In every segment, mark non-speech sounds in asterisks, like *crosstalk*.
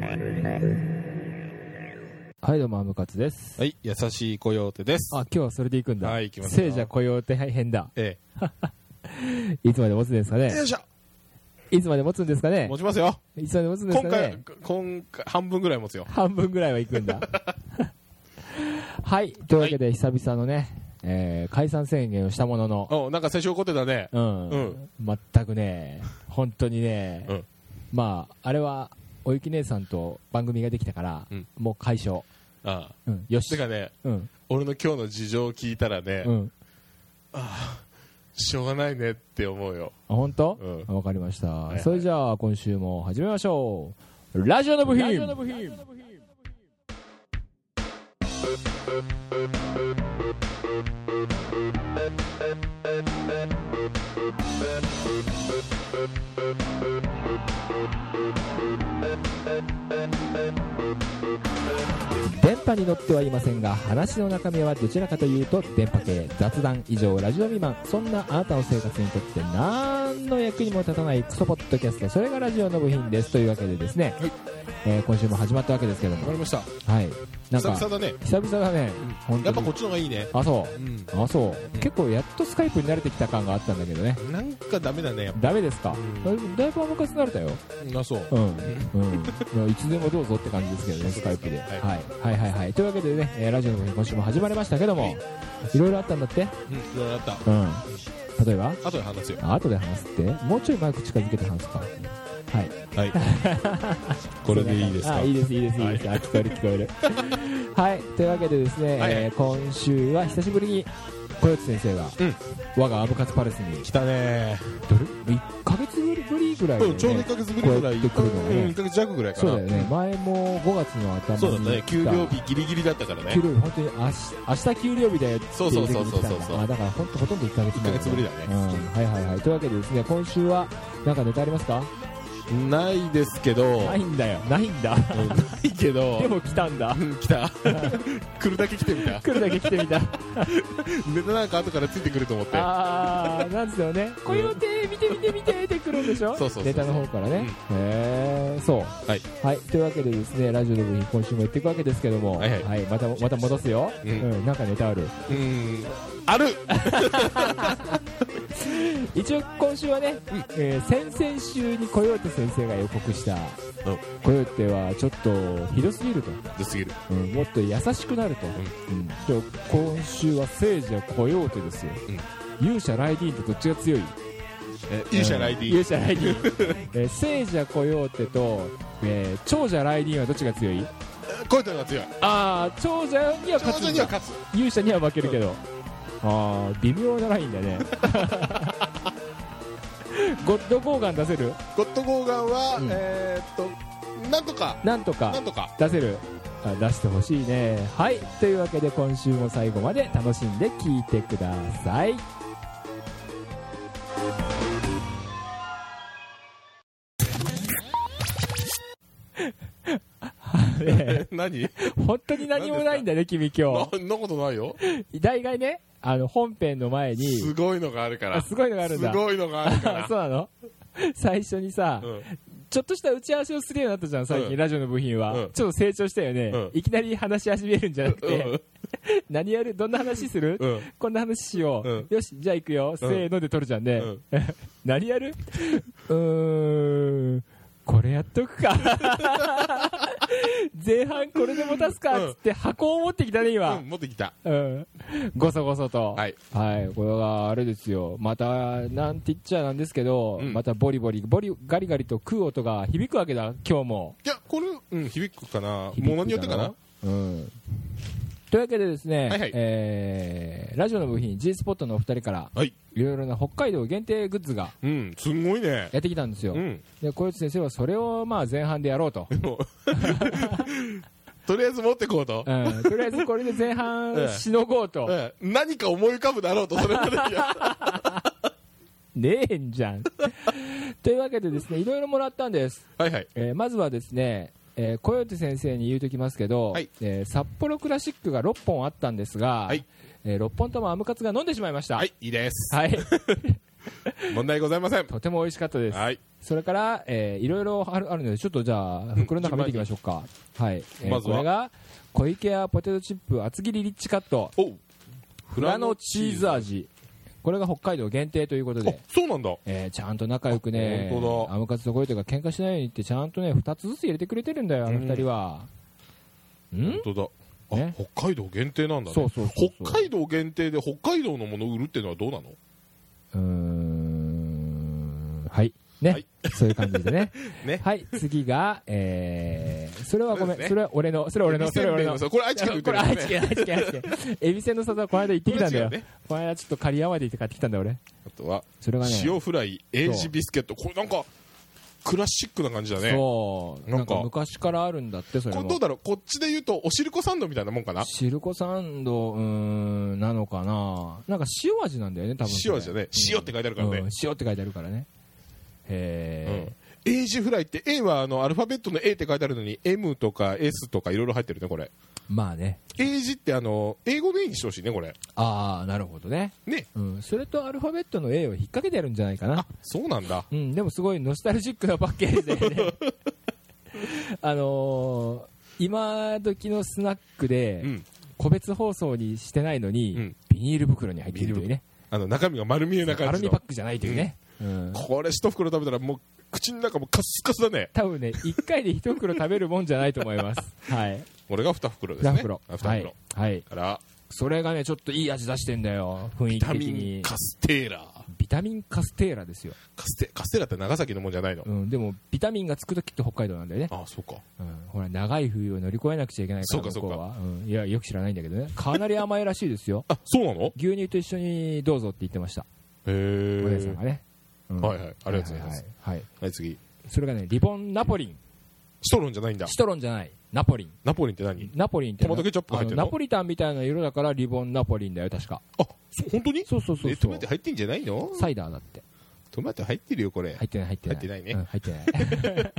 はい、どうも、アムカツです。はい、優しいコヨーテです。あ、今日はそれで行くんだ。はい行きます聖者雇用手配編だ。えいつまで持つんですかえ。ねよいしょいつまで持つんですかね持ちますよ。いつまで持つんです今か回ね、今回、半分ぐらい持つよ。半分ぐらいは行く *laughs* んだ。はい、というわけで、久々のね、えー解散宣言をしたものの、おなんか最初怒ってたね。うん、うん全くね、本当にね、うんまあ、あれは、おゆき姉さんと番組ができたから、うんもう解消。ああうん、よてし。かね、うん、俺の今日の事情を聞いたらね、うん。しょうがないねって思うよ。あ本当うんわ、かりました、いはいそれじゃあ今週も始めましょうラジオの部品電波に乗ってはいませんが話の中身はどちらかというと電波系雑談以上ラジオ未満そんなあなたの生活にとって何の役にも立たないクソポッドキャストそれがラジオの部品ですというわけでですね、はいえー今週も始まったわけですけどもりました。はいなん久か々だね。久々だね、本当やっにぱこっちの方がいいね。あそうん。うあそう、うん結構やっとスカイプに慣れてきた感があったんだけどねなんかダメだね。ダメですか、うんだいぶ甘かつ慣れたよあ、そう。うん、うん、いつでもどうぞって感じですけどね、スカイプで、ははいいはいはいはいというわけでね、えーラジオの方に今週も始まりましたけども、いろいろあったんだって、うん、いろいろあった。うん、例えば、後で話すよ。あ後で話すって、もうちょいマイク近づけて話すか、はい、はい。 *laughs* これでいいですかあいいです、いいです、いいです、あ聞こえる、聞こえ *laughs* る。はい、というわけでですね、はいはいえー今週は久しぶりに小内先生が、うん我がアブカツパレスに、来たねどれ1ヶ月ぶりぐらいだようん、ねちょうど1ヶ月ぶりぐらい。こうやって来るのがねうん、1ヶ月弱ぐらいかそな。うだよね、前も5月の頭にそうだった来ね。給料日ギリギリだったからね給。料日本当に明日明日給料日だよってそういそうう時そうにそう来たそうんだあだからほんとほとんど1ヶ月1前ヶ月ぶりだねう。んはいはいはいというわけでですね今週はなんかネタありますかないですけど、ないんだよ *laughs* ないんだうんないけどで、も来たんだうん *laughs* 来た。 *laughs* 来るだけ来て *laughs* みた。来るだけ来てみ *laughs* たネタなんか後からついてくると思って。あーなんですよね「こよて見て見て見て」って来るんでしょそうそうそうネタの方からね、うんへえそうはい、はい、というわけでですねラジオの部品今週もやっていくわけですけども、はいはいまたまた戻すよ、うんうん、なんかネタあるうん。ある一応今週はね、えー先々週にコヨーテ先生が予告した、うんコヨーテはちょっとひどすぎると、すぎる。うんもっと優しくなると、うんで今週は聖者コヨーテですよ、勇者ライディーンとどっちが強いいいじゃないでいい。勇者ライディー *laughs* ン、えー聖者コヨーテと、えー長者ライディーンはどっちが強いこういうのが強い。ああ長者には彼勝つ女んにはだ勝つ。勇者には負けるけど、ああ微妙なラインだね *laughs* ゴッドゴーガン出せるゴッドゴーガンはうん、えーっと、なんとか、なんとかなんとか。出せるあ出してほしいねはいというわけで今週も最後まで楽しんで聴いてくださいねえ何本当に何もないんだね君今そんなことないよ。日大概ねあの本編の前にすごいのがあるかあら。すごいのがあるんだすごいのがあるか *laughs* ら。そうなの最初にさ、うんちょっとした打ち合わせをするようになったじゃん最近、うんラジオの部品は、うんちょっと成長したよね、うんいきなり話し始めるんじゃなくて、何やるどんな話する、うん。うん。こんな話しよう、うんよしじゃあ行くよ、せーので撮るじゃんね、うん何やるうーんこれやっとくか *laughs* 前半これで持たすかっつって箱を持ってきたねう今ん、持ってきた。うんごそごそとはいこれはあれですよまたなんて言っちゃなんですけど、うんまたボリボリボリガリガリと食う音が響くわけだ今日もいや、これ、うん、響くかな。響くものによってかな。うんというわけでですね、はいはいえーラジオの部品 G スポットのお二人からはい。いろいろな北海道限定グッズがうん、すんごいね。やってきたんですよ、うん。で小内先生はそれをまあ前半でやろうと、も *laughs* うとりあえず持ってこうとう。ん、とりあえずこれで前ええ半しのごう *laughs* と、うん何か思い浮かぶだろうと、それまでにはねえんじゃん *laughs* というわけでですねいろいろもらったんです、はいはい。えーま *laughs* ずはですね、えー、小与手先生に言うときますけど、はいえー札幌クラシックが6本あったんですが、はいえ6本ともアムカツが飲んでしまいました *laughs* はい、いいです。はい問題ございません。とても美味しかったです。はい。それから、えーいろいろあるあるので、ちょっとじゃあ、袋の中見ていきましょうか。はい。えーまずはこれが、小池屋ポテトチップ厚切りリッチカット、おうフラノチーズ味。これが北海道限定ということであ、、そうなんだ。えーちゃんと仲良くね、あ本当だアムカツどころというか、喧嘩しないようにって、ちゃんとね、2つずつ入れてくれてるんだよ、あの2人は。ん本当だ。あ、ね北海道限定なんだね。そうそうそうそう北海道限定で北海道のものを売るってのはどうなのうーんはい。ね、はいそういう感じでね。 *laughs* ねはい、次が、えー、それはごめん、そうですねそれは俺の、それは俺の、エビそせれんべは俺いのの。そうこれ愛知県の売っこてれる愛やつね知県、愛知県、愛知県。エビせんの里はこの間行ってきたんだよ。これ違うねこの間ちょっと刈谷まで行って買ってきたんだ俺。あとは、それがね、塩フライ、エイジビスケット。これなんか、クラシックな感じだね。そう、ななんかんか昔からあるんだって、それこれどうも。だろうこっちで言うと、おしるこサンドみたいなもんかなシルコサンド、うーん、なのかななんか塩味なんだよね、多分それ。塩味だね。塩って書いてあるかうらん、ね。塩って書いてあるからね。へうー。ん。エイジフライって、A はあの、アルファベットの A って書いてあるのに、M とか S とかいろいろ入ってるね、これ。まあね。英字ってあの英語の A にしてほしいねこれああ、なるほどね。ねうん、それとアルファベットの A を引っ掛けてるんじゃないかあな、そうなんだうん、でもすごいノスタルジックなパッケージだよ *laughs* ねあのー今時のスナックうでん個別包装にしてないのに、うんビニール袋に入っているというねあの中身が丸見えなア感ルじミのパックじゃないというね、うんこれ一袋食べたらもう口の中もカスカスだね多分ね1回で1袋食べるもんじゃないと思います *laughs* はい俺が二袋ですね2袋あ二袋、はい、はい、からそれがねちょっといい味出してんだよ雰囲ビ気タ的ミンにカステーラビタミンカステーラですよ、カステカステーラって長崎のもんじゃないの、うん、でもビタミンがつくときって北海道なんだよねあそうかうんほら長い冬を乗り越えなくちゃいけないからそうか向こうはうんいやよく知らないんだけどねかなり甘いらしいですよ *laughs* あそうなのへ牛乳と一緒にどうぞって言ってましたお姉さんえがね、うんはいはいありがとうございますはははいはいはい次それがねリボンナポリンシトロンじゃないんだシトロンじゃないナポリンナポリンって何ナポリンってトマトケチャップ入ってんのあナポリタンみたいな色だからリボンナポリンだよ確かあそう本当にそうそうそうえそトうマト入ってんじゃないのサイダーだってトマト入ってるよこれ、入ってない入ってない入ってないねうん入ってない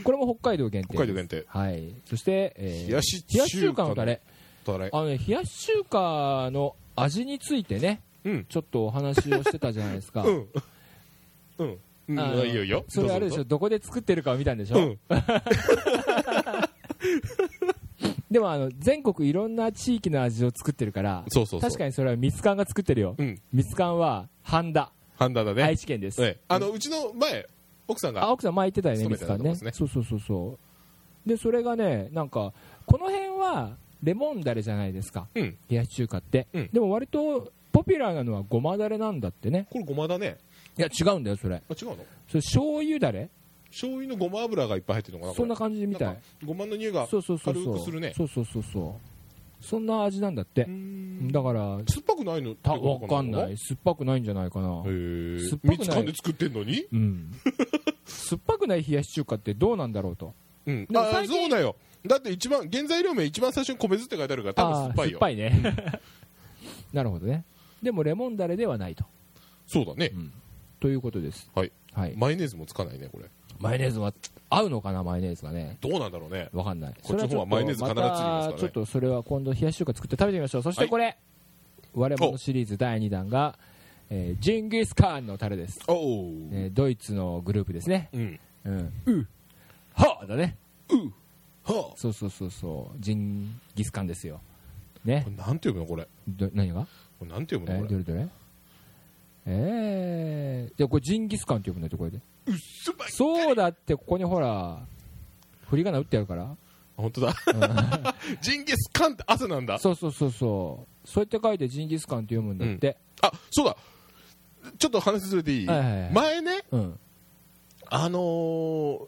*laughs* これも北海道限定です北海道限定はいそして、えー冷やし中華冷やし中華のタレたれあのね、冷やし中華の味についてね、うんちょっとお話をしてたじゃないですか。うんうんうんあいのいよいいよそれあれでしょ、ょどこで作ってるかを見たんでしょ、うんでもあの全国いろんな地域の味を作ってるから、そうそうそう確かにそれはミツカンが作ってるよ。うんミツカンは半田、ハンダだね、愛知県です。ええあのうちの前奥さんあが奥さん前言ってたよね、勤ミめツてカたンとこね。ですねそうそうそうそう。で、それがね、なんか、この辺はレモンダレじゃないですか、うん冷やし中華って。うんでも割とポピュラーなのはごまだれなんだってね。これごまだねいや、違うんだよ、それ。あ違うのそれ醤油だれ醤油のごま油がいっぱい入ってるのかなこれそんな感じみたなんいかごまの匂いがそうそうそうそ軽うくするねそうそうそうそうそんな味なんだってうーんだから酸っぱくないのたわかんなへい酸っぱくないんじゃないかなえ酸っぱくない蜜缶で作ってんのにうん酸っぱくない冷やし中華ってどうなんだろうとうんでもあ最近そうだよだって一番原材料名一番最初に米酢って書いてあるから多分酸っぱいよあー酸っぱいね *laughs* なるほどねでもレモンだれではないとそうだねということですはい、はい、マヨネーズもつかないねこれマヨネーズは合うのかなマヨネーズがねどうなんだろうねわかんないこっちの方はマヨネーズ必ずついてますからねまたちょっとそれは今度冷やし中華作って食べてみましょうそしてこれ、我々のシリーズ第2弾が、えージンギスカンのタレです、おおう、えードイツのグループですねうんうんうはあだねうはあそうそうそうそうジンギスカンですよねこれなんて読むのこれど何がこれなんて読えむのーこどれれどれえー、じゃあこれジンギスカンって呼ぶんだってこれで酸っぱいそうだってここにほら振り仮名打ってあるからあ本 *laughs* 当だジンギスカンって汗なんだそうそうそうそうそうやって書いてジンギスカンって読むんだって、あそうだちょっと話ずれていい、はいはいはい前ねうん、あのー、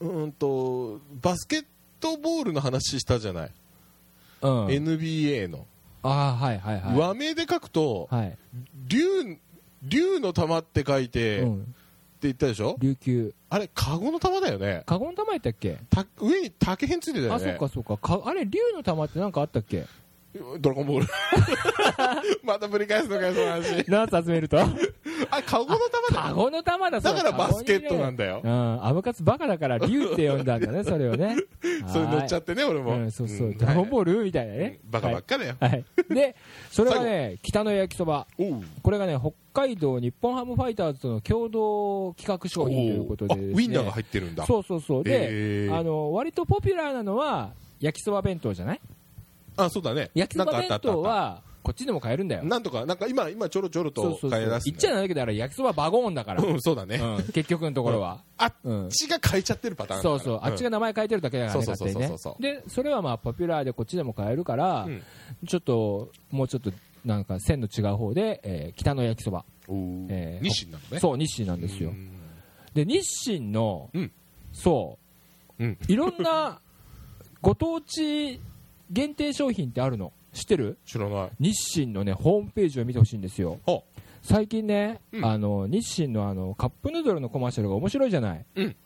うーんとバスケットボールの話したじゃない、うん、 NBA の、ああはいはいはい和名で書くとはい、竜竜の玉って書いて、うってん、言ったでしょ琉球あれカゴの玉だよねカゴの玉やったっけた上に竹編ついてたよあそねっかそっかかあれ竜の玉ってなんかあったっけ *laughs* ドラゴンボールまたぶり返すのかよその話何つ集めるとうあカゴの球だカゴの玉だだからバスケットなんだだようん、アムカツバカだから竜って呼んだんだね、それをね。 *laughs* それ乗っちゃっってね俺も、うん、そうそう、んドラゴンボはールみたいないね。バカばっかだよ、はい。で、それがね、北の焼きそば。おうこれがね、北海道日本ハムファイターズとの共同企画商品ということでおうですねあウインナーが入ってるんだそうそうそう。で、へーあの、割とポピュラーなのは、焼きそば弁当じゃないあそうだね焼きそばなんかあ弁ったあった当は、こっちでも買えるんだよ。なんとかなんか今今ちょろちょろそうとそうそう。変え出す言っちゃなんだけど、あれ焼きそばバゴーンだから。うんそうだね、うん結局のところは。あっうん。ちが変えちゃってるパターンだかそらうそう。あっちがん名前変えてるだけだからね、そう勝そう手そにうそうねそう。で、それはまあ、ポピュラーでこっちでも買えるから、うんちょっと、もうちょっと、なんか線の違う方で、えー北の焼きそば。おうえー日清なのねそう、日清なんですよう。んで日清の、うんそう、うんいろん *laughs* なご当地限定商品ってあるの知ってる知らない日清のねホームページを見てほしいんですよほ最近ね、うんあの日清のあのカップヌードルのコマーシャルが面白いじゃない、うん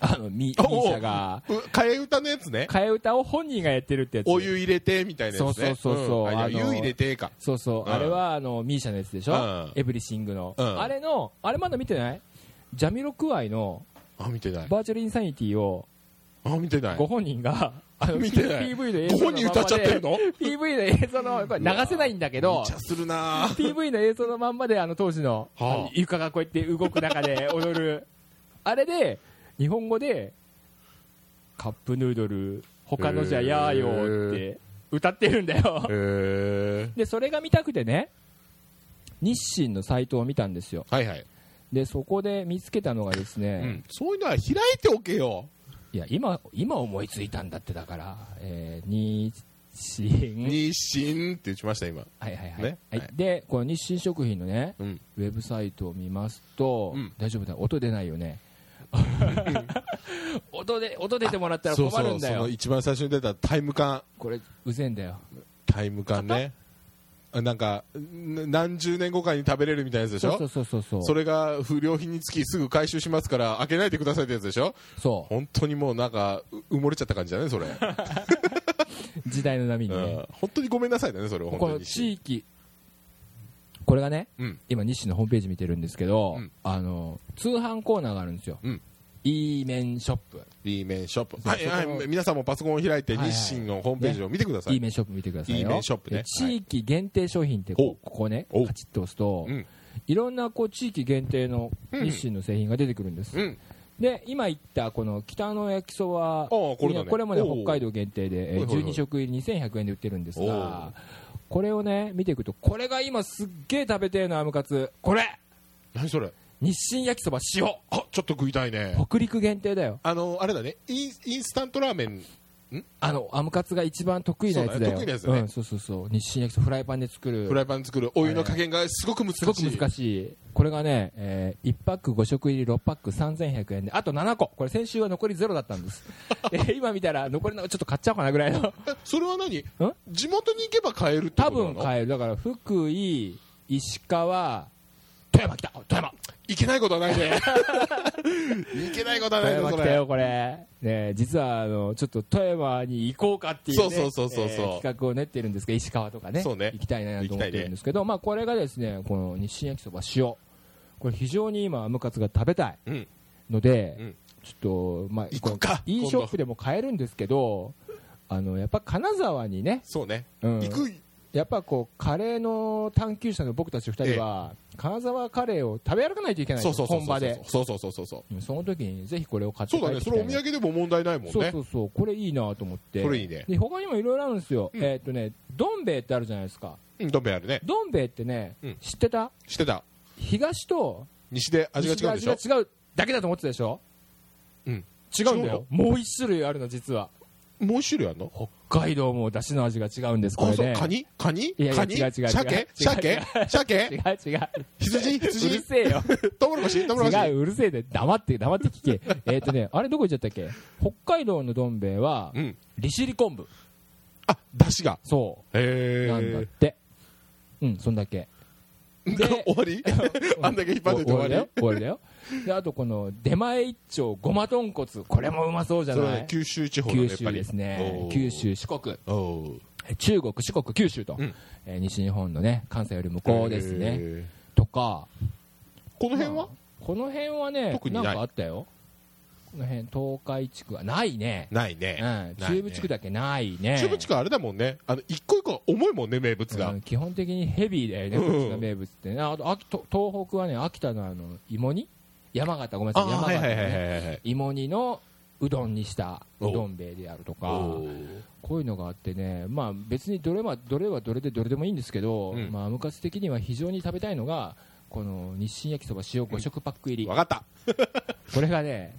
あのミミおおーシャがう替え歌のやつね替え歌を本人がやってるってやつお湯入れてみたいなやつねそうそうそうそうんああいやの湯入れてかそうそう、うんあれはあのミーシャのやつでしょ、うんエブリシングの、うんあれのあれまだ見てないジャミロクワイのあ見てないバーチャルインサニティをあ見てないごご本人が、あの *laughs* 見てない PV の映像の本人歌っちゃってるの PV の映像の、これ流せないんだけど無、茶するな *laughs* ぁ PV の映像のまんまで、あの当時の、はああの床がこうやって動く中で踊る、 *laughs* あれで、日本語で、カップヌードル、他のじゃやーよーって歌ってるんだよ。へえで、それが見たくてね、日清のサイトを見たんですよ。はいはい、で、そこで見つけたのがですうね、ん、そういうのは開いておけよいや、今、今思いついたんだって、だから、えー、日清。日清って打ちました今はいはいはい、ねはいはいでこの日清食品のねうんウェブサイトを見ますと、うん大丈夫だ音出ないよね *laughs* 音で音出てもらったらそう困そるんうだそよの一番最初に出たタイム感これうぜえんだよタイム感ねあなんかな何十年後かに食べれるみたいなやつでしょそうそうそうそうそれれが不良品につきすぐ回収しますから開けないでくださいってやつでしょそ本当にもうなんかう埋もれちゃった感じだねそれ、う時代の波にうねん、本当にごめんなさいだねそれは本こ当のに地域これがねうん今日清のホームページ見てるんですけど、うんあの通販コーナーがあるんですよ、うん E メンショップ、 B 面ショップそうはいはそこい皆さんもパソコンを開いてはいはい日清のホームページを見てください、 E メンショップ見てください E よメンショップねで地域限定商品ってほこうここねほうカチッと押すと、うんいろんなこう地域限定のうん日清の製品が出てくるんです、うんで今言ったこの北の焼きそばこれだねこれもねおう北海道限定でえーはいはいは12い食入り2100円で売ってるんですおがこれをね見ていくとこれが今すっげえ食べてえのアムカツこれ何それ日清焼きそば塩あちょっと食いたいね北陸限定だよあのあれだねインインスタントラーメンあのアムカツが一番得意なやつそだうだよね得意なやつだねうん、そうそうそう日清焼きそばフライパンで作るフライパンで作るお湯の加減がすごく難しいすごく難しい、これがね、え1パック5食入り6パック3100円で、あと7個、これ、先週は残りゼロだったん *laughs* です、で今見たら、残りのちょっと買っちゃおうかなぐらいの、えそれは何地元に行けば買えるってこ多とな分の買える、だから福井、石川、富山来た、富山、いけないこと *laughs* はないねいけないことは富ないね山そ来れたよ、これ、ね、実はあのちょっと富山に行こうかっていう,、ねそうそうそうそうそうえー企画を練ってるんですけど、石川とかね、そうね行きたいなと思ってるんですけど、まあ、これがですねこの日清焼きそば塩、これ、非常に今、ムカツが食べたい。うんので、うんちょっと、まあ、行こうかいいショップでも買えるんですけど、あのやっぱ金沢にね、そうねうん行くやっぱこうカレーの探求者の僕たち2人は、金沢カレーを食べ歩かないといけないんそですようそうそう本場で、そうそうそうそうそううんその時にぜひこれを買ってそう帰だってきねそたれいお土産でも問題ないもんそうねそうそう、これいいなと思って、これいいねで他にもいろいろあるんですよ、うんえーっとね、どん兵衛ってあるじゃないですか、うんどん兵衛あるねどん兵衛ってね、うん知ってた知ってた東と西で味が違うんでしょ西が違うだけだと思ってたでしょ、うん違うんだよ、もう一種類あるの、実は。もう一種類あるの北海道も出汁の味が違うんですこあれそうねカニカニいやいやカニ違う違う違う違鮭う鮭違鮭う違う羊うる羊せえよトウモロコシトウモロコ違シううるせえで黙って黙って聞けえっとねあれどこ行っちゃったっけ北海道のどん兵衛はうん利尻昆布あ出汁がそへうえなんだってうんそんだけで終わりあんだけ引っ張ってて終わだより終わりだよであとこの出前一丁ごま豚骨これもうまそうじゃそれはなねい九州地方の九やっぱ州りですねおー九州四国おーえ中国四国九州とうんえー西日本のね関西より向こうですねへとかこの辺はまあこの辺はね特にななんいかあったよこの辺東海地区はないねないね。うん、中部地区だけないね中部地区あれだもんね。あの、一個一個重いもんね、名物がう。ん基本的にヘビーだよね、うんこっちの名物ってねあとあと東北はね秋田のあの芋煮山形ごめんなあさいあ、山はい形、はねいはいはいはい。芋煮のうどんにしたおうどん兵衛であるとかおーこういうのがあってね、まあ、別にどれはどれはどれでどれでもいいんですけど、うんまあ、昔的には非常に食べたいのがこの日清焼きそば塩5食パック入り、わかった。これがね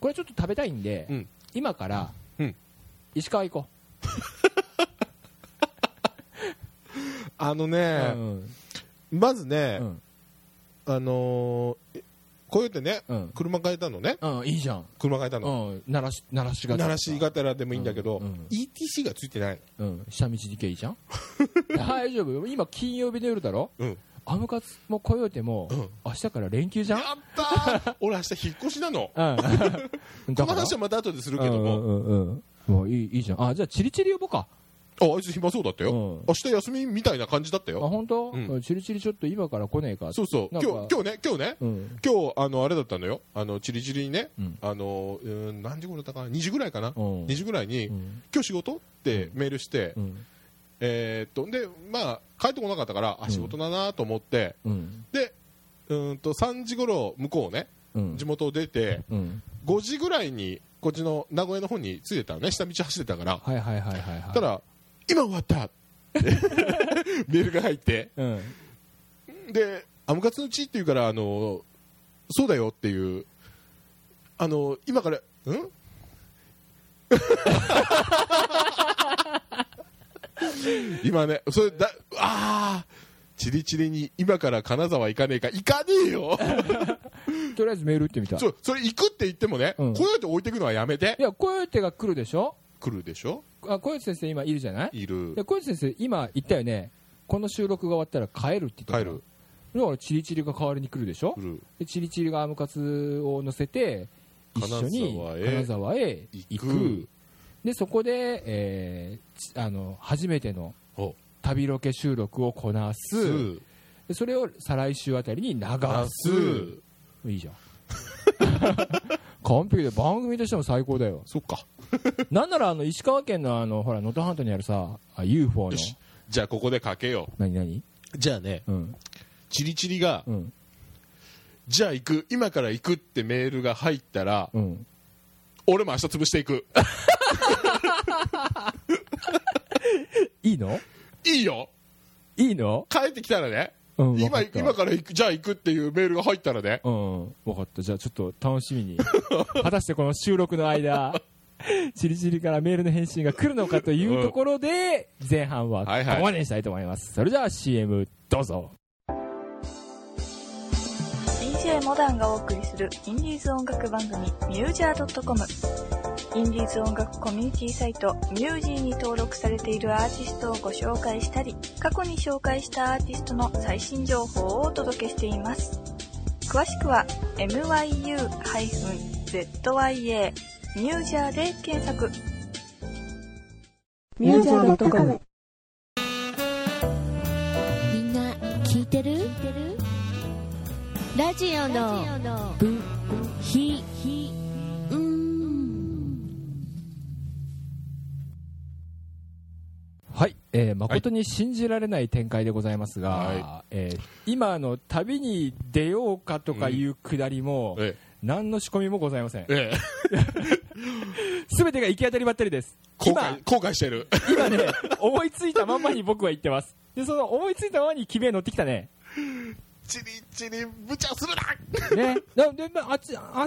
これちょっと食べたいんで、うん今からうん石川行こあのう、うね、んまずうね、んあのー、こうやってね、うん車変えたのね。うん、いいじゃん、車変えたうの。ん、鳴らし鳴らしが鳴らしがてらでもいいんだけどうんうん、 ETC がついてない。うん、下道で行けばいいじゃ *laughs* ん大丈夫今金曜日の夜だろうん。アムカツもコヨーテも、うん明日から連休じゃんやったー俺明日引っ越しなうんの。こだのから話はまた後でするけどうも。んうんうんうんもういいいいじゃんあじゃあチリチリ呼ぼうかあ、あいつ暇そうだったよ。うん明日休みみたいな感じだったあよ。本当、うんうんチリチリちょっと今から来ねえかそうそう。な今んか日、今日ね、今日ね。うん今日あのあれだったのよ、あのチリチリにね、うんあのうーん何時頃だったかな、2時ぐらいかな、うん2時ぐらいに、うん今日仕事ってメールして、うんえーっとでまあ、帰ってこなかったから、うんあ仕事だなと思って、うんでうーんと3時頃向こうね、うん地元を出て、うん5時ぐらいにこっちの名古屋の方に着いてたのね、下道走ってたから、はいはいはいはいはいたら、今終わったっ *laughs* てメールが入って、うんで、アムカツの地っていうから、あの、そうだよっていう、あの、今から、 *laughs* ん今ね、それだ、ああ、チリチリに今から金沢行かねえか、行かねえよとりあえずメール打ってみたそうそれ行くって言ってもね、うこんうやって置いていくのはやめてい、やコヨーテが来るでしょ来るでしょ、あコヨーテ先生今いるじゃないいるで、小泉先生今言ったよねこの収録が終わったら帰るって言ったか帰らる、だからチリチリが代わりに来るでしょ来る、でチリチリがアームカツを乗せて一緒に金沢へ金沢へ行行くく、でそこで、えーちあの初めてのお旅ロケ収録をこなす、すでそれを再来週あたりに流ガすス、いいじゃん *laughs* 完璧で番組としても最高だよそっか、なんならあの石川県のあのほら能登半島にあるさあ UFO のよしじゃあここでかけよ何何う。じゃあね、うんチリチリが、うんじゃあ行く、今から行くってメールが入ったら、うん俺も明日潰していく。いいのいいよいいの帰ってきたらね、うんわ今かった今から行く、じゃあ行くっていうメールが入ったらね、うん、分かった。じゃあちょっと楽しみ *laughs* に。果たしてこの収録の間、チリチリからメールの返信が来るのかというところで、前半はこはいはいこまでにしたいと思います。それでは CM どうぞ。 DJ モダンがお送りするインディーズ音楽番組ミュージャー .com インディーズ音楽コミュニティサイトミュージーに登録されているアーティストをご紹介したり過去に紹介したアーティストの最新情報をお届けしています詳しくは myu-zya ミュージャーで検索ミュージャー .com みんな聞いてるラジオの部品はい、えー、誠に信じられない展開でございますが、はえー今あの旅に出ようかとかいうくだりも、え何の仕込みもございませんえ、。ええ、すべてが行き当たりばったりです。後今悔、後悔してる。今ね、 *laughs* 思いついたまんまに僕は言ってます。で、その思いついたままに君は乗ってきたね。チリチリ、無茶するなね、なでまああっち明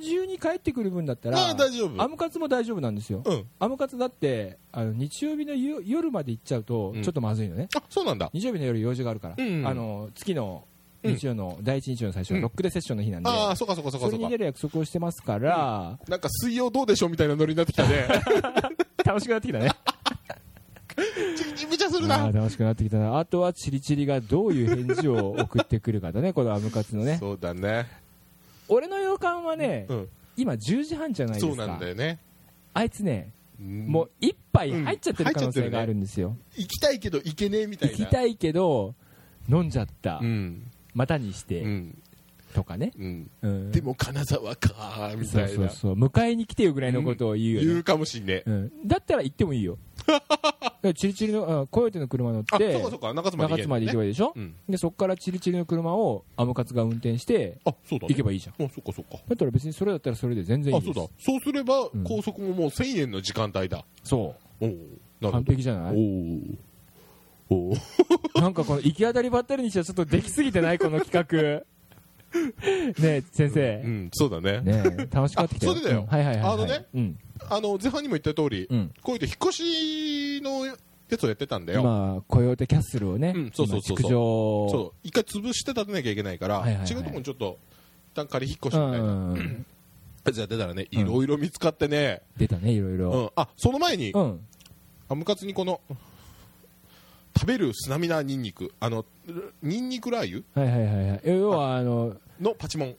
日中に帰ってくる分だったら、あ大丈夫アムカツも大丈夫なんですよ、うん。アムカツだってあの日曜日の夕夜まで行っちゃうと、うんちょっとまずいのね、あ、そうなんだ。日曜日の夜、用事があるから、うんうんあの月の日曜の、第一日曜の最初、うんロックでセッションの日なんで、ああ、そうかそうかそうそれかそうにか出。る約束をしてますから、なんか水曜どうでしょうみたいなノリになってきた *laughs* ね。楽しくなってきたね、チリチリ、無茶するあなー楽しくなってきたな、あとはチリチリがどういう返事を送ってくるかだね、このアムカツのね、そうだね。俺の予感はね、うん。今、10時半じゃないでそうすなんかだ、よね。あいつね、ももう一杯入っちゃってる可能性があるんですよ、行きたいけど行けねえみたい行な。きたいけど飲んじゃった、うん。またにしてんとかね、うん、うん、でも金沢かーみたいそうなそうそう迎えに来てよぐらいのことを言うよね、言うかもしんね、うん、だったら行ってもいい *laughs* よだからチリチリのあコヨーテの車乗っあてそうかそうか中津ま中で行け津ばまいでい行けばいいでしょ、うんでそこからチリチリの車をアムカツが運転してあそうだ、ね、行けばいいじゃんあそうかそうかだったら別にそれだったらそれで全然いあいでそうすだそうすればうん高速ももう1000円の時間帯だ、そおおなうるほ完ど璧じゃなおいおおおなんかこの行き当たりばったりにしてはちょっとできすぎてないこの企 *laughs* 画ねえ先生、うんそうだねねえ楽しくなってきたあ *laughs* そうだよんはいはいはい、はい、あのねうん、あの前半にも言った通り、うん、こういうと引っ越しのやつをやってたんだよ、今コヨーテキャッスルをね、うんそうそうそ今うそう築城そう一回潰して建てなきゃいけないから、はいはいはい違うところにちょっと一旦仮引っ越しうみたいな、やん、つやってたらねうんいろいろ見つかってね、出たねいろいうんろあその前に、うん、アムカツにこの食べるスナミナニンニクあのニンニクラー油はいはいはいはい要はあののパチモン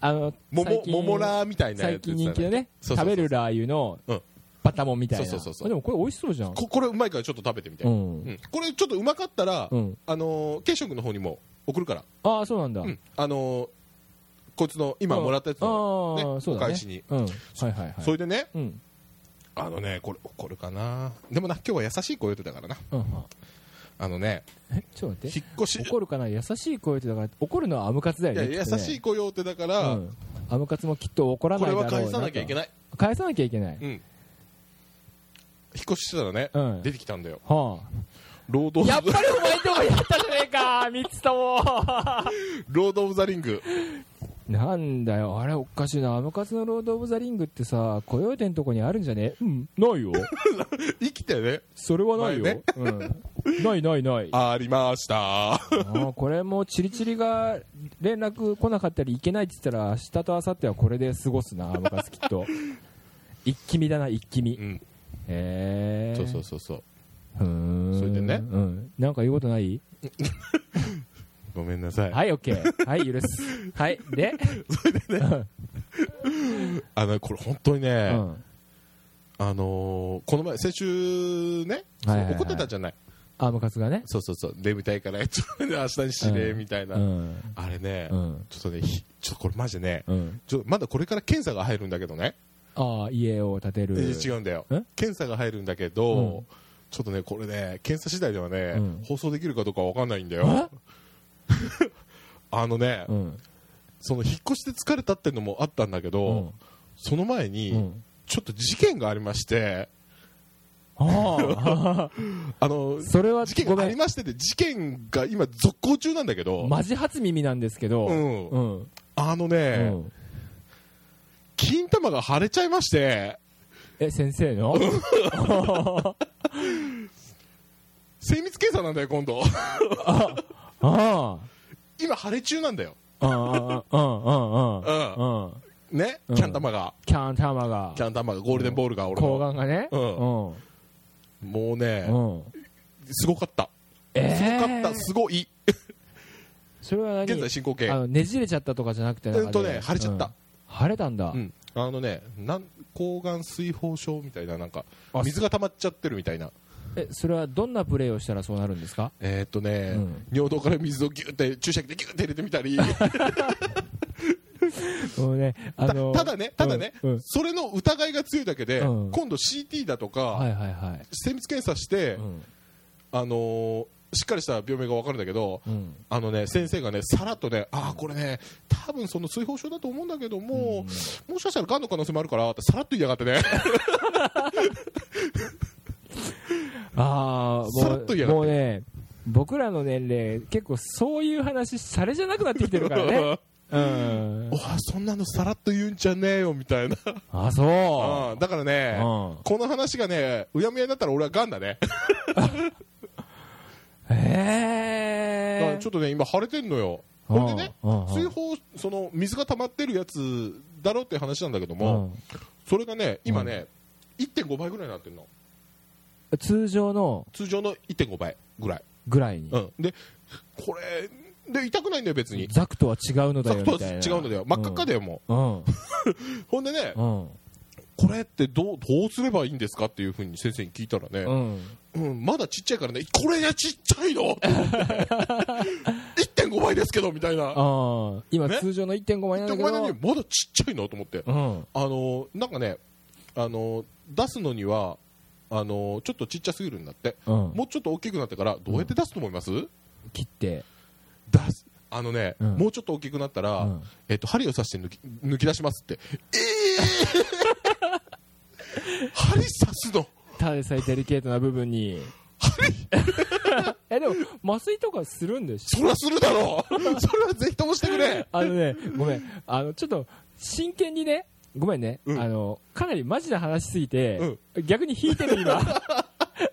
あのも最も近ももラーみたいなや最近つですよ人気のねそうそうそう食べるラー油のうんバタモンみたいなそうそうそうそあうでもこれ美味しそうじゃんここれうまいからちょっと食べてみて、ううんん、これちょっとうまかったら、うん、あのー、ケイション君の方にも送るから、ああそうなんだ、うんあのーこいつの今もらったやつああの、ー、ねそうだねお返しにうん、はいはいはいそれでねうんあのねこれこれかなでもな今日は優しい声出てたからなうん、あのねえちょっと待って引っ越し怒るかな優しい声ってだから怒るのはアムカツだよいねきっや優とねしい雇用手だから、うん、アムカツもきっと怒らこないれだろうは返さなきゃいけないない、返さなきゃいけないうん、引っ越ししたらね、うん出てきたんだよはロード・あオブやっぱりお前んとこやったじゃねえか三つとも *laughs* ロードオブザ・リング *laughs* なんだよあれおかしいなアムカツのロード・オブ・ザ・リングってさ雇用店のとこにあるんじゃねうんないよ生きてねそれはないよ、前ねうん、ないないないあありましたーこれもチリチリが連絡来なかったり行けないって言ったら明日と明後日はこれで過ごすなアムカツきっ *laughs* と一気見だな一気見うへんえ *laughs* そうそうそうそううーんそれでねうん、なんか言うことないごめんなさい、はいオッケー *laughs* はい許すはいであのこれ本当にね、うんあのーこの前先週ね、はいはいはいそう怒ってたじゃないアームカツがねそうそうそう眠たいからちょっと明日にしねうんみたいな、うんあれね、うんちょっとねひちょっとこれマジでね、うんちょっとまだこれから検査が入るんだけどね、ああ家を建てるえ違うんだよえ検査が入るんだけど、うんちょっとねこれね検査次第ではね、うん放送できるかどうかわかんないんだよ *laughs* あのね、うんその引っ越しで疲れたってのもあったんだけど、うんその前に、うんちょっと事件がありまして *laughs* ああのあそれは事件ごがあめりんましてで事件が今続行中なんだけど、マジ初耳なんですけどうんうんあのうね、ん金玉が腫れちゃいましてえ先生の精密検査なんだよ今度 *laughs* あ今腫れ中なんだよあうんうんうんうんうんね、うんキャン玉がキャン玉がキャン玉がゴールデンボールが俺睾の丸がねうんうんもうね、うんすごかった、えすごかえったすごいそれは何現在進行形あのねじれちゃったとかじゃなくてうんとね腫れちゃった、うん腫れたんだ、うん、あのねなん抗がん水疱症みたいななんかあ水が溜まっちゃってるみたいなえそれはどんなプレーをしたらそうなるんですかえーっとね、うん尿道から水をギュって注射器でギュって入れてみ *laughs* たりもうねあたのただねただね、うんうんそれの疑いが強いだけで、うん今度 CT だとか、はいはいはい、精密検査して、うんあのーしっかりした病名が分かるんだけど、うんあのね先生がねさらっとね、ああ、これね、多分その水疱症だと思うんだけども、もしかしたらがんの可能性もあるからって、さらっと言いやがっ *laughs* てね、ああさらもっとう言いやがってもうね僕らの年齢結構そういう話されじゃなくなってきてるから *laughs* ねうんおあそんなのさらっと言うんじゃねえよみたいな、あそう *laughs* あーだからね、うんこの話がね、うやむやになったら俺はがんだね、だかへらえちょっとね、今、腫れてんのよ、うんこれでね、うん水疱その水が溜まってるやつだろうって話なんだけども、それがね、今ね、1.5倍ぐらいになってるの。うん通常の通常の1.5倍ぐらい、ぐらいに、うん、でこれで痛くないんだよ別にザクとは違うのだザよクみとはたいな違うのだよ真っ赤っかだよもうんう、ほんでねうん、うんこれってどうどうすればいいんですかっていうふうに先生に聞いたらね、うんうん、まだちっちゃいからね、これがちっちゃいのって *laughs* 1.5倍ですけどみたいな、ああ今ね通常の1.5倍なんだ1.5け倍どなのに、まだちっちゃいのと思って、うんあのなんかね、あの出すのにはあの、ちょっとちっちゃすぎるんだって、うんもうちょっと大きくなってから、どうやって出すと思います、切って出すあのね、うんもうちょっと大きくなったら、うんえっと、針を刺して抜き抜き出しますって、 *laughs* えー、針刺すの、ただでさえデリケートな部分に *laughs* えでも麻酔とかするんでしょそりゃするだろう、 *laughs* それはぜひともしてくれ。あのね、ごめん、あのちょっと真剣にね、ごめんね、うんあのかなりマジな話しすぎて、逆に引いてる、 *laughs* 今、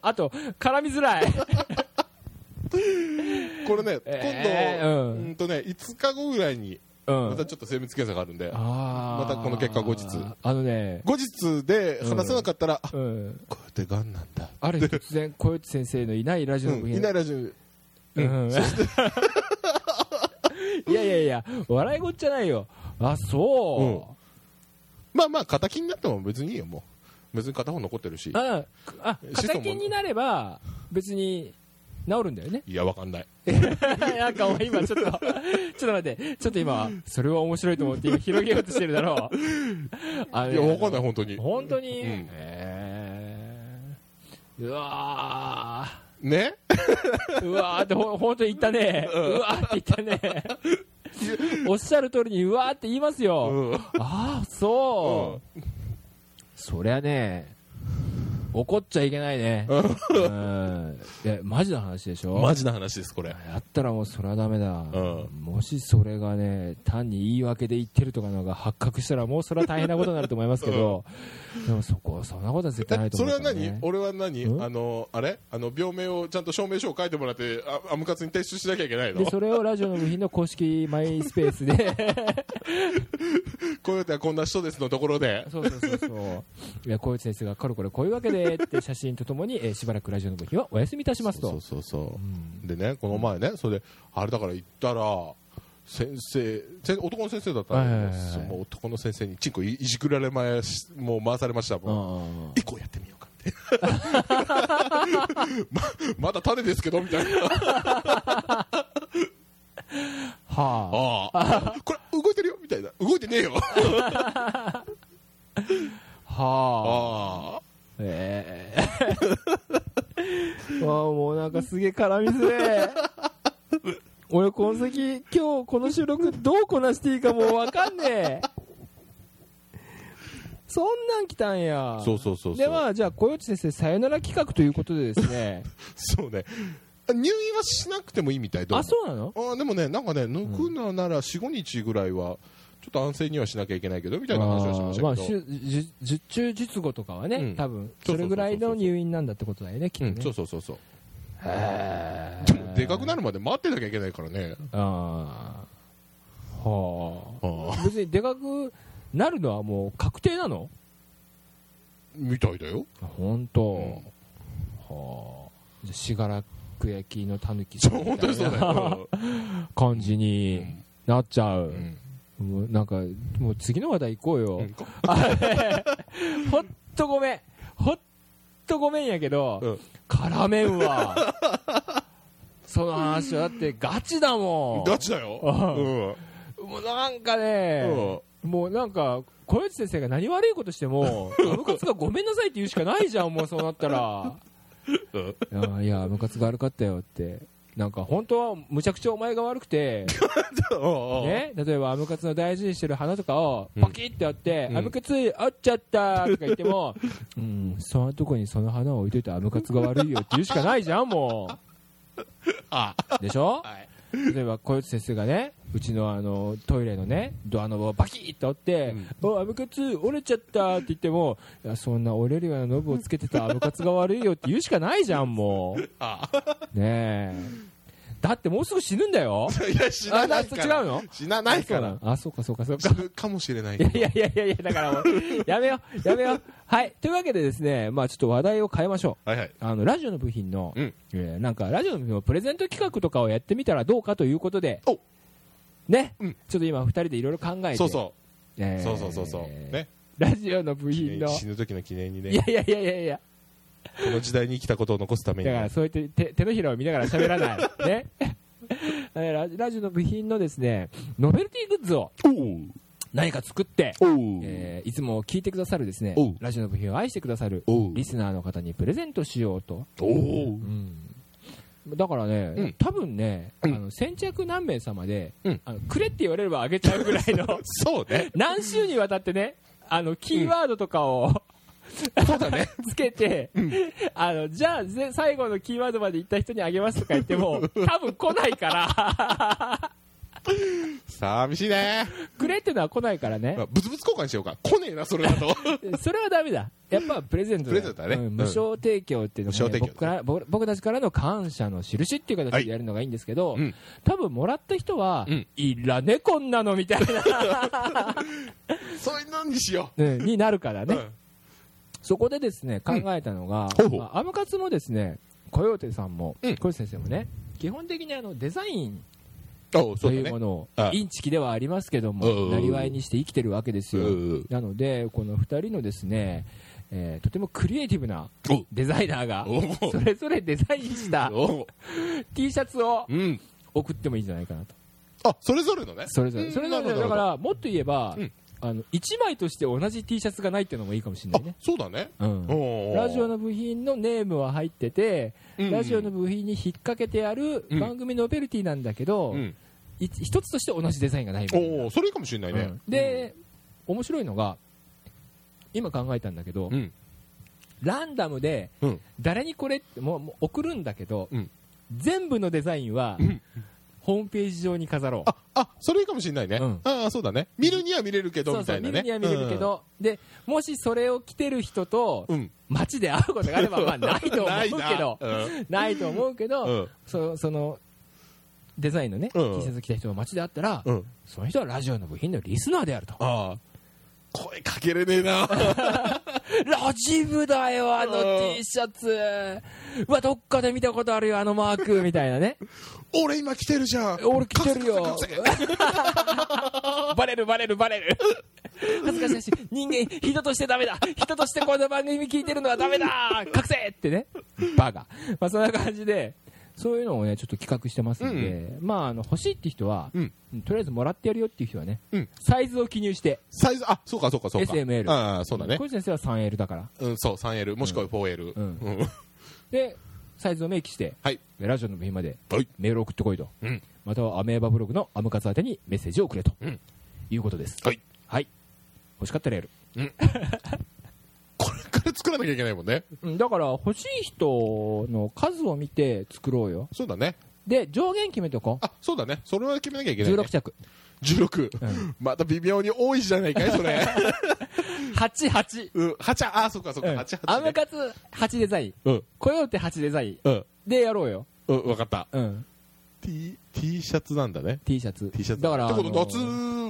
あと、絡みづらい、これね、えー今度、ううんんとね、5日後ぐらいに、うん、またちょっと精密検査があるんで、あーまたこの結果後日あのね、後日で話せなかったら、あうん、こうやってがんなんだ。ある日突然、小内先生のいないラジオのう部ん、品、いないラジオ、うん、 *laughs* いやいやいや、笑い事じゃないよ、あそう。まあまあ、敵になっても別にいいよ、もう。別に片方残ってるし。ああえ子孫敵もになれば別に治るんだよね *laughs* いや、わかんない。なんかお前今ちょっと、ちょっと待って、ちょっと今、それは面白いと思って今広げようとしてるだろう。あのいや、わかんない、本当に。本当に、うんえーうわねー、うわーってほ本当に言ったね。うわーって言ったね。 *laughs* おっしゃる通りに、うわーって言いますうよ。ん。ああ、そう。そりゃね、怒っちゃいけないね。うん。で、マジな話でしょマジな話です、これ。やったらもうそれはダメだ、んもしそれがね単に言い訳で言ってるとかのが発覚したらもうそれは大変なことになると思いますけど、でもそこはそんなことは絶対ないえとそ思うれはからね、何俺は何うんあの、あれあの、病名をちゃんと証明書を書いてもらって、あアムカツに提出しなきゃいけないのでそれをラジオの部品の公式マイスペースでこういうはこんな人ですのところで。 *laughs* そうそうそうそういや小内先生がかれこれこういうわけでって写真とともに、えーしばらくラジオの部品はお休みいたしますとそうそうそうそうでねこの前ねそれであれだから行ったら先生先男の先生だったんですはいはいはいもう男の先生にチンコいいじくられまやしもう回されましたうもんん一個やってみ *laughs* ようかみたいなまま *laughs* だ種ですけどみたいなはあああこれ動いてるよみたいな動いてねえよはあああええ *laughs* わあもうなんかすげえ絡みづれ *laughs* え俺この先今日この収録どうこなしていいかもうわかんねえそんなん来たんやそうそうそうそうでまあじゃあ小内先生さよなら企画ということでですねそうね入院はしなくてもいいみたい *laughs* どうもあそうなのあーでもね、なんかね、抜くのなら4、5日ぐらいは、ちょっと安静にはしなきゃいけないけどみたいな話はしましたけど、あーまあしゅじゅ術中術後とかはね、うん多分そうそうそうそうそれぐらいの入院なんだってことだよねきっとうね、ん、そうそうそうそう、へえでもでかくなるまで待ってなきゃいけないからね、ああはああー別にでかくなるのはもう確定なのみたいだよ、本当、うんはあじゃあ信楽焼のたぬきそう本当にそうだよ、 *laughs* 感じうにんなっちゃうう、んもうなんかもう次の話題行こうよ、うん *laughs* ほっとごめんほっとごめんやけど、うん絡めん *laughs* わその話はだってガチだもんガチだよ、うもうなんかね、んもうなんか、小内先生が何悪いことしても、ムカツがごめんなさいって言うしかないじゃん、もうそうなったら。うんいやいや、ムカツが悪かったよって。なんか本当はむちゃくちゃお前が悪くて、ね、例えばアムカツの大事にしてる花とかをパキッてやって、うんアムカツ折っちゃったとか言っても、 *laughs* うん、そんなとこにその花を置いといてアムカツが悪いよって言うしかないじゃん、もう。あでしょ、例えば小内先生がねうちのあのトイレのねドアノブをバキッと折って「おアブカツ折れちゃった」って言っても「いやそんな折れるようなノブをつけてたアブカツが悪いよ」って言うしかないじゃんもあうねえだってもうすぐ死ぬんだよいや、死なないから、あ違うの死なないかあらそう、あそうかそうかそうか死ぬかもしれないけどいやいやいやいやだからもうやめようやめようはいというわけでですねまあちょっと話題を変えましょうはいはい、あのラジオの部品の、うんえーなんかラジオの部品のプレゼント企画とかをやってみたらどうかということでお、ねうんちょっと今、2人でいろいろ考えて、そうそえーう、そうそうそうそう、ね、ラジオの部品の。死ぬ時の記念にいやね、いやいやいやいや。この時代に生きたことを残すためだにかね、らそうやって手手のひらを見ながら喋らない。 *laughs* ね。えーラジラジオの部品のですね、ノベルティグッズをおう何か作って、おうえーいつも聞いてくださるですねおう、ラジオの部品を愛してくださるおうリスナーの方にプレゼントしようと。おうだからね、うん多分ね、うんあの先着何名様で、うんあのくれって言われればあげちゃうぐらいの *laughs* そうね、何週にわたってねあのキーワードとかを、そう *laughs* だね、つけて、あのじゃあぜ最後のキーワードまで行った人にあげますとか言っても多分来ない *laughs* から寂しいね、くれってのは来ないからねまあ、ブツブツ交換しようか、来ねえな、それだと、 *laughs* それはダメだやっぱプレゼントプレゼントだねうん無償提供っていうの無償も、ね提供僕から僕僕たちからの感謝の印っていう形でやるのがいいんですけど、うん多分もらった人は、うんいらねこんなのみたい *laughs* な、そういうのにしようんになるからう。ね、うんそこでですね考えたのが、ほうほうまあアムカツもですねコヨーテさんも、うんコヨーテ先生もね基本的にあのデザインおうそとういだうねも。のを、ああインチキではありますけどうんもなりわいにして生きてるわけですようんなのでこの2人のですね、えーとてもクリエイティブなおデザイナーがおうそれぞれデザインしたおう T シャツをうん。送ってもいいんじゃないかなとあ、それぞれのね。それぞうれんそれぞなるれほどだからもっと言えば、うんあの1枚として同じ T シャツがないっていうのもいいかもしれあないね、そうだね。うんおうラジオの部品のネームは入ってて、ラジオの部品に引っ掛けてあるうん番組ノベルティなんだけど、うんい一つとして同じデザインがないみたいなおうそれいいかもしれないねうん。で、面白いのが今考えたんだけど、うん、ランダムでうん誰にこれってもうもう送るんだけど、うん全部のデザインはうんホームページ上に飾ろうあ、あ、それいいかもしれないね。うんああ、そうだね。見るには見れるけど、そうみそうたい見なるね。には見れるけど、でもしそれを着てる人とうん。街で会うことがあれば *laughs* まあないうん。と思うないなけどう *laughs* ないと思うけど、ん。うんそそのデザインのね、うん T シャツ着た人が街で会ったら、うん。その人はラジオの部品のリスナーであるとああ。声かけれねえな。ラジブだよ、あのうん T シャツ。うわ、どっかで見たことあるよ、あのマーク、みたいなね。俺今来てるじゃん。俺着てるよカセカセカセ。 *laughs* バレる、バレる、バレる。恥ずかしいし、人間、人としてダメだ。人としてこの番組聞いてるのはダメだ。隠せってね。バカ。まあ、そんな感じで。そういうのをね、ちょっと企画してますんで、まあ、あの、欲しいって人は、うんとりあえずもらってやるよっていう人はね、うんサイズを記入して、サイズ、あ、そうかそうかそうか。 SML ああ、そうだね小。内先生は 3L だから。うん、そう、3L、もしくは 4L。ううんん。で、サイズを明記して、はい。ラジオの部品まではい。メールを送ってこいと。うん。またはアメーバブログのアムカツ宛てにメッセージを送れと、うんいうことですはい。はい欲しかったらやる、これから作らなきゃいけないもんね。うん、だから欲しい人の数を見て作ろうよそうだね。で上限決めとこうあ、そうだね。それは決めなきゃいけない、ね。 16着16、うんまた微妙に多いじゃないかいそれ *laughs* 88うん8あそっかそっか、うん8 8、ね、アムカツ8デザインうんコヨーテ8デザインうんでやろうよ、うん分かったうん、 T, T シャツなんだね T シャツ T シャツだからってことあの夏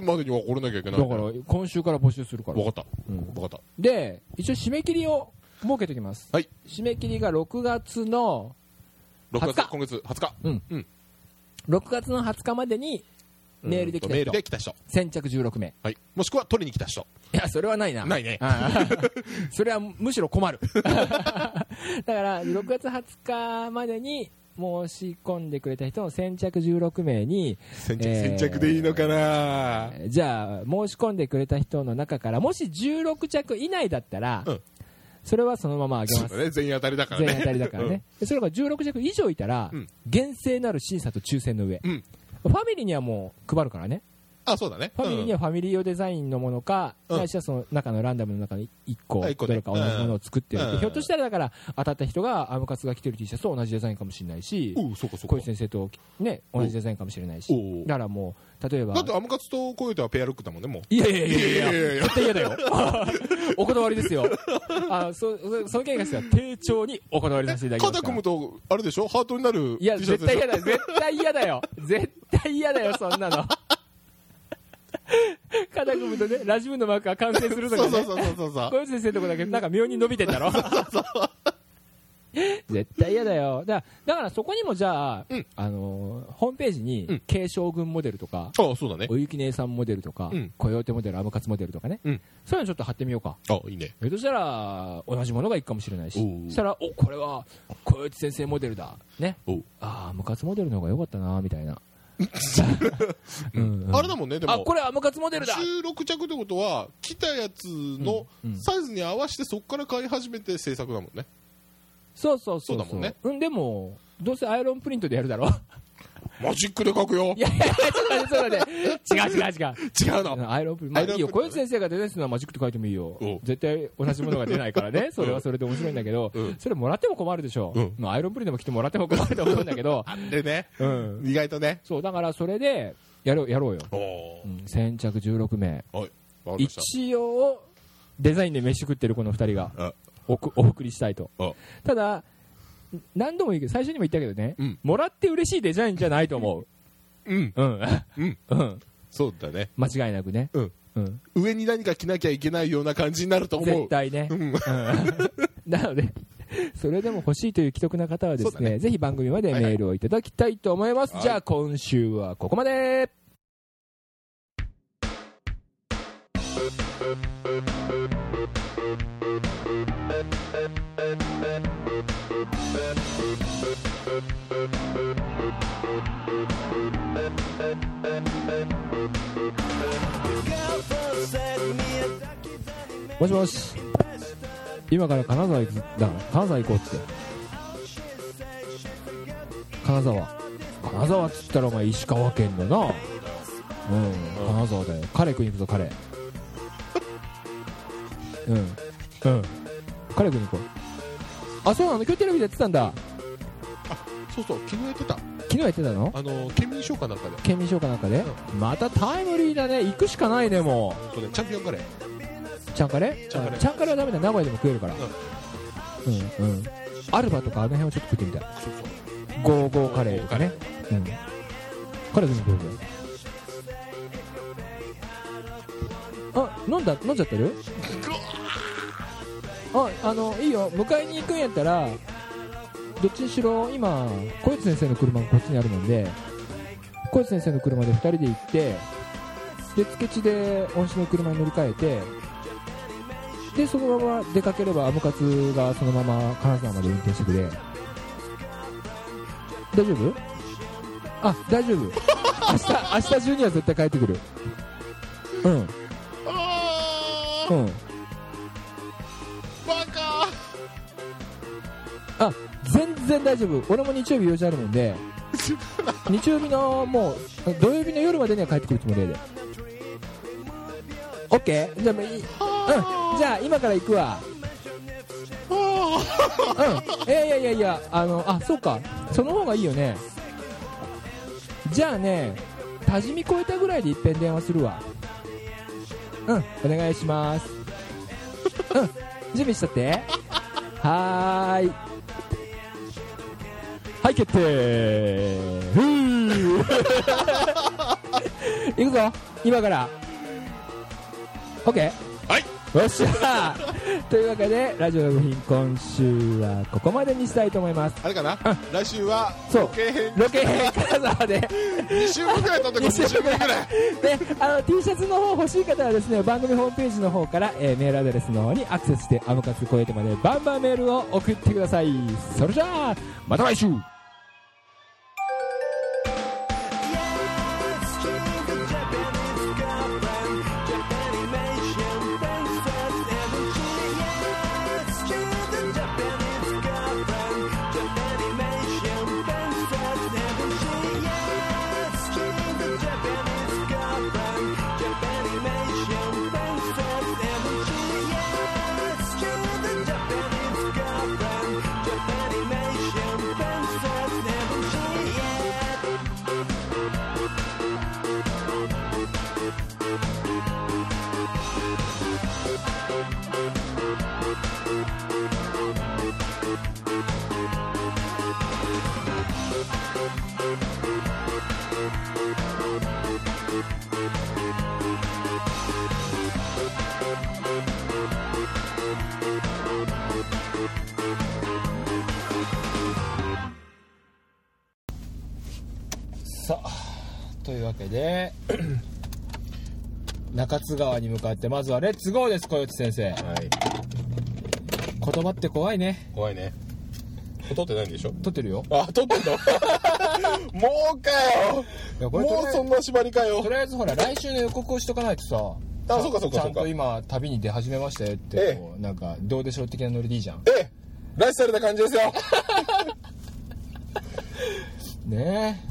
までには来れなきゃいけないだから今週から募集するから分かった、うん分かっで一応締め切りを設けておきます、はい締め切りが6月のた6月20日今月20日6月の20日までにメールで来たメー人ルで来た人、先着16名はい、もしくは取りに来た人いやそれはないなないねああ *laughs* それはむしろ困る *laughs* だから6月20日までに申し込んでくれた人の先着16名に先着,、えー先着でいいのかなじゃあ申し込んでくれた人の中からもし16着以内だったら、うんそれはそのままあげそまうだすね全員当たりだからね全員当たりだからね、でそれが16着以上いたら、うん厳正なる審査と抽選の上、うんファミリーにはもう配るからねあそうだねファミリーにはファミリー用デザインのものか、うんないしはその中のランダムの中に1個、あ一個どねれか同じものを作ってるって、うんひょっとしたらだから、当たった人がアームカツが着てる T シャツと同じデザインかもしれないしう、ん、うんそうかそう小か石先生と、ね、同じデザインかもしれないしおうお、うだからもう、例えばだっ、てアムカツとコヨーテはペアルックだもんねもういやいやいやいやいやいやいや絶対嫌だよ、 *laughs* お断りですよ、あそそその件に関しては、丁重にお断りさせていただきます肩から組むとあれでしょハートになるい T シや、ャツでしょ絶対嫌だよ、絶対嫌だよ、絶対嫌だよ、そんなの。肩組むとね、ラジムのマークが完成するとかそうねそうそうそうそう小泉先生のとこだけなんか妙に伸びてんだろ絶対嫌だよだだからそこにもじゃあ、うんあのーホームページうにん継承軍モデルとか、ああそうだねおゆき姉さんモデルとか、うんコヨーテモデルアムカツモデルとかね、うんそういうのちょっと貼ってみようかあいいねひょっとしたら同じものがいいかもしれないしおうそしたらおこれは小内先生モデルだねおうああムカツモデルの方が良かったなみたい *laughs* なうんうんあれだもんねでもあこれはムカツモデルだ16着ってことは来たやつのうんうんサイズに合わせてそこから買い始めて制作だもんねそうそうそうそうだもんねうんでもどうせアイロンプリントでやる *laughs* だろマジックで書くよいやいやいやちょっと待ってちょっと待って違う違う違う違うのアイロンプリント、まあ、アイいいロンプリよントね小内先生がデザインするのはマジックって書いてもいいよおう絶対同じものが出ないからねそれはそれで面白いんだけど、うんそれもらっても困るでしょ、うんまあアイロンプリントも来てもらっても困ると思うんだけどでねうん意外とねそうだからそれでやろうやろうよ、おうん先着16名おはいわかりました一応デザインで飯食ってるこの2人があおくお送りしたいとあただ何度も言うけど最初にも言ったけどね、うんもらって嬉しいデザインじゃないと思ううんうん、うん *laughs* うん、そうだね間違いなくねうんうん上に何か着なきゃいけないような感じになると思う絶対ね、うん *laughs* なのでそれでも欲しいという既得な方はですそうねだねぜひ番組までメールをいただきたいと思います、はいじゃあ今週はここまでもしもし今から金沢行くだから金沢行こうって金沢金沢っつったらお前石川県のなうん金沢だよカレー食いに行くぞカレーうんうんカレー食いに行こうあそうなの今日テレビでやってたんだそうそう昨日やってた昨日やってたのあの県民賞かなんかで県民賞かなんかでまたタイムリーだね行くしかないねもうそうねチャンピオンカレーちゃんカレちゃんカレちゃんカレはダメだ名古屋でも食えるからうんうんアルバとかあの辺をちょっと食ってみたいそうそうゴーゴーカレーとかねうんカレー全部食うぜあ飲んだ飲んじゃってるああのいいよ迎えに行くんやったらどっちにしろ今小内先生の車がこっちにあるもんで小内先生の車で2人で行ってでつけ地で恩師の車に乗り換えてでそのまま出かければアムカツがそのまま金沢まで運転してくれ大丈夫あ大丈夫 *laughs* 明日明日中には絶対帰ってくるうんうんあーバカ全然大丈夫俺も日曜日用事あるもん *laughs* で日曜日のもう土曜日の夜までには帰ってくるつもりやで OK じゃあもういい、うん、じゃあ今から行くわうんいやいやいやいやあのあそうかその方がいいよねじゃあね多治見超えたぐらいでいっぺん電話するわうんお願いしますうん準備しとってはーいはい決定ふう行くぞ今から OK はいよっしゃというわけでラジオの部品今週はここまでにしたいと思いますあれかな来週はそうロケ編ロケ金沢で2週分ぐらい撮ってこ2週間ぐらいぐらいであの T シャツの方欲しい方はですね番組ホームページの方から、えーメールアドレスの方にアクセスしてアムカツ超えてまでバンバンメールを送ってくださいそれじゃあまた来週 Japanese girlfriend, Japanimation, thanks for いうわけで *clears throat* 中津川に向かってまずはレッツゴーです小内先生はい言葉って怖いね怖いね撮ってないんでしょ撮ってるよあ撮 *laughs* ってんのもうかよいやこもれとりあえずうそんな縛りかよとりあえずほら来週の予告をしとかないとさあそうかそうかちゃそうんかと今旅に出始めましたよって、ええこうなんかどうでしょう的なノリでいいじゃんええ拉致された感じですよね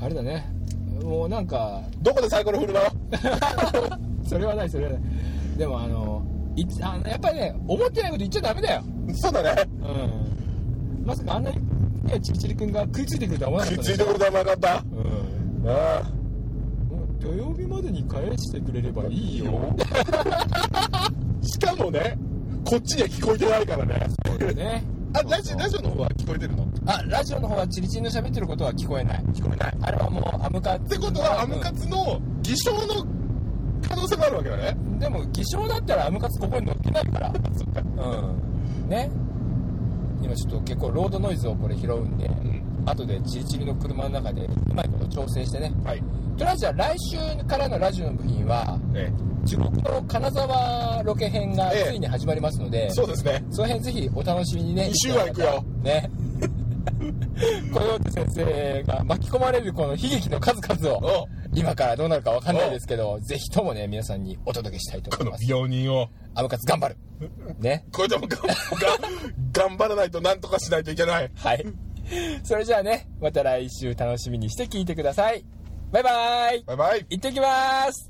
えあれだねもうなんかどこでサイコロ振るのそれはないそれはないでもあのいつあのやっぱりね思ってないこと言っちゃダメだよそうだねうんまさかあんなにねちりちりくんが食いついてくるとは思わなか食いったねついてくるとはなかったあうん *laughs* あもう土曜日までに返してくれればいいよしかもねこっちには聞こえてないからねねあラジラジオの方は聞こえてるのあラジオの方はちりちりの喋ってることは聞こえない聞こえないあれはもうアムカっってことはアムカツの偽証の可能性もあるわけだねでも偽証だったらアムカツここに乗っけないからうんね今ちょっと結構ロードノイズをこれ拾うんで、後でチリチリの車の中でうまいこと調整してねはいとりあえずは来週からのラジオの部品はえ地獄の金沢ロケ編がええついに始まりますので、えそうですねその辺ぜひお楽しみにね二週は行くよね小野手先生が巻き込まれるこの悲劇の数々をお今からどうなるかわかんないですけど、ぜひともね、皆さんにお届けしたいとこ思いのます美。容人をアムカツ頑張る。ね。これでもが *laughs* が頑張らないとなんとかしないといけないはい。それじゃあね、また来週楽しみにして聞いてください。バイバイ。バイバイ行ってきます。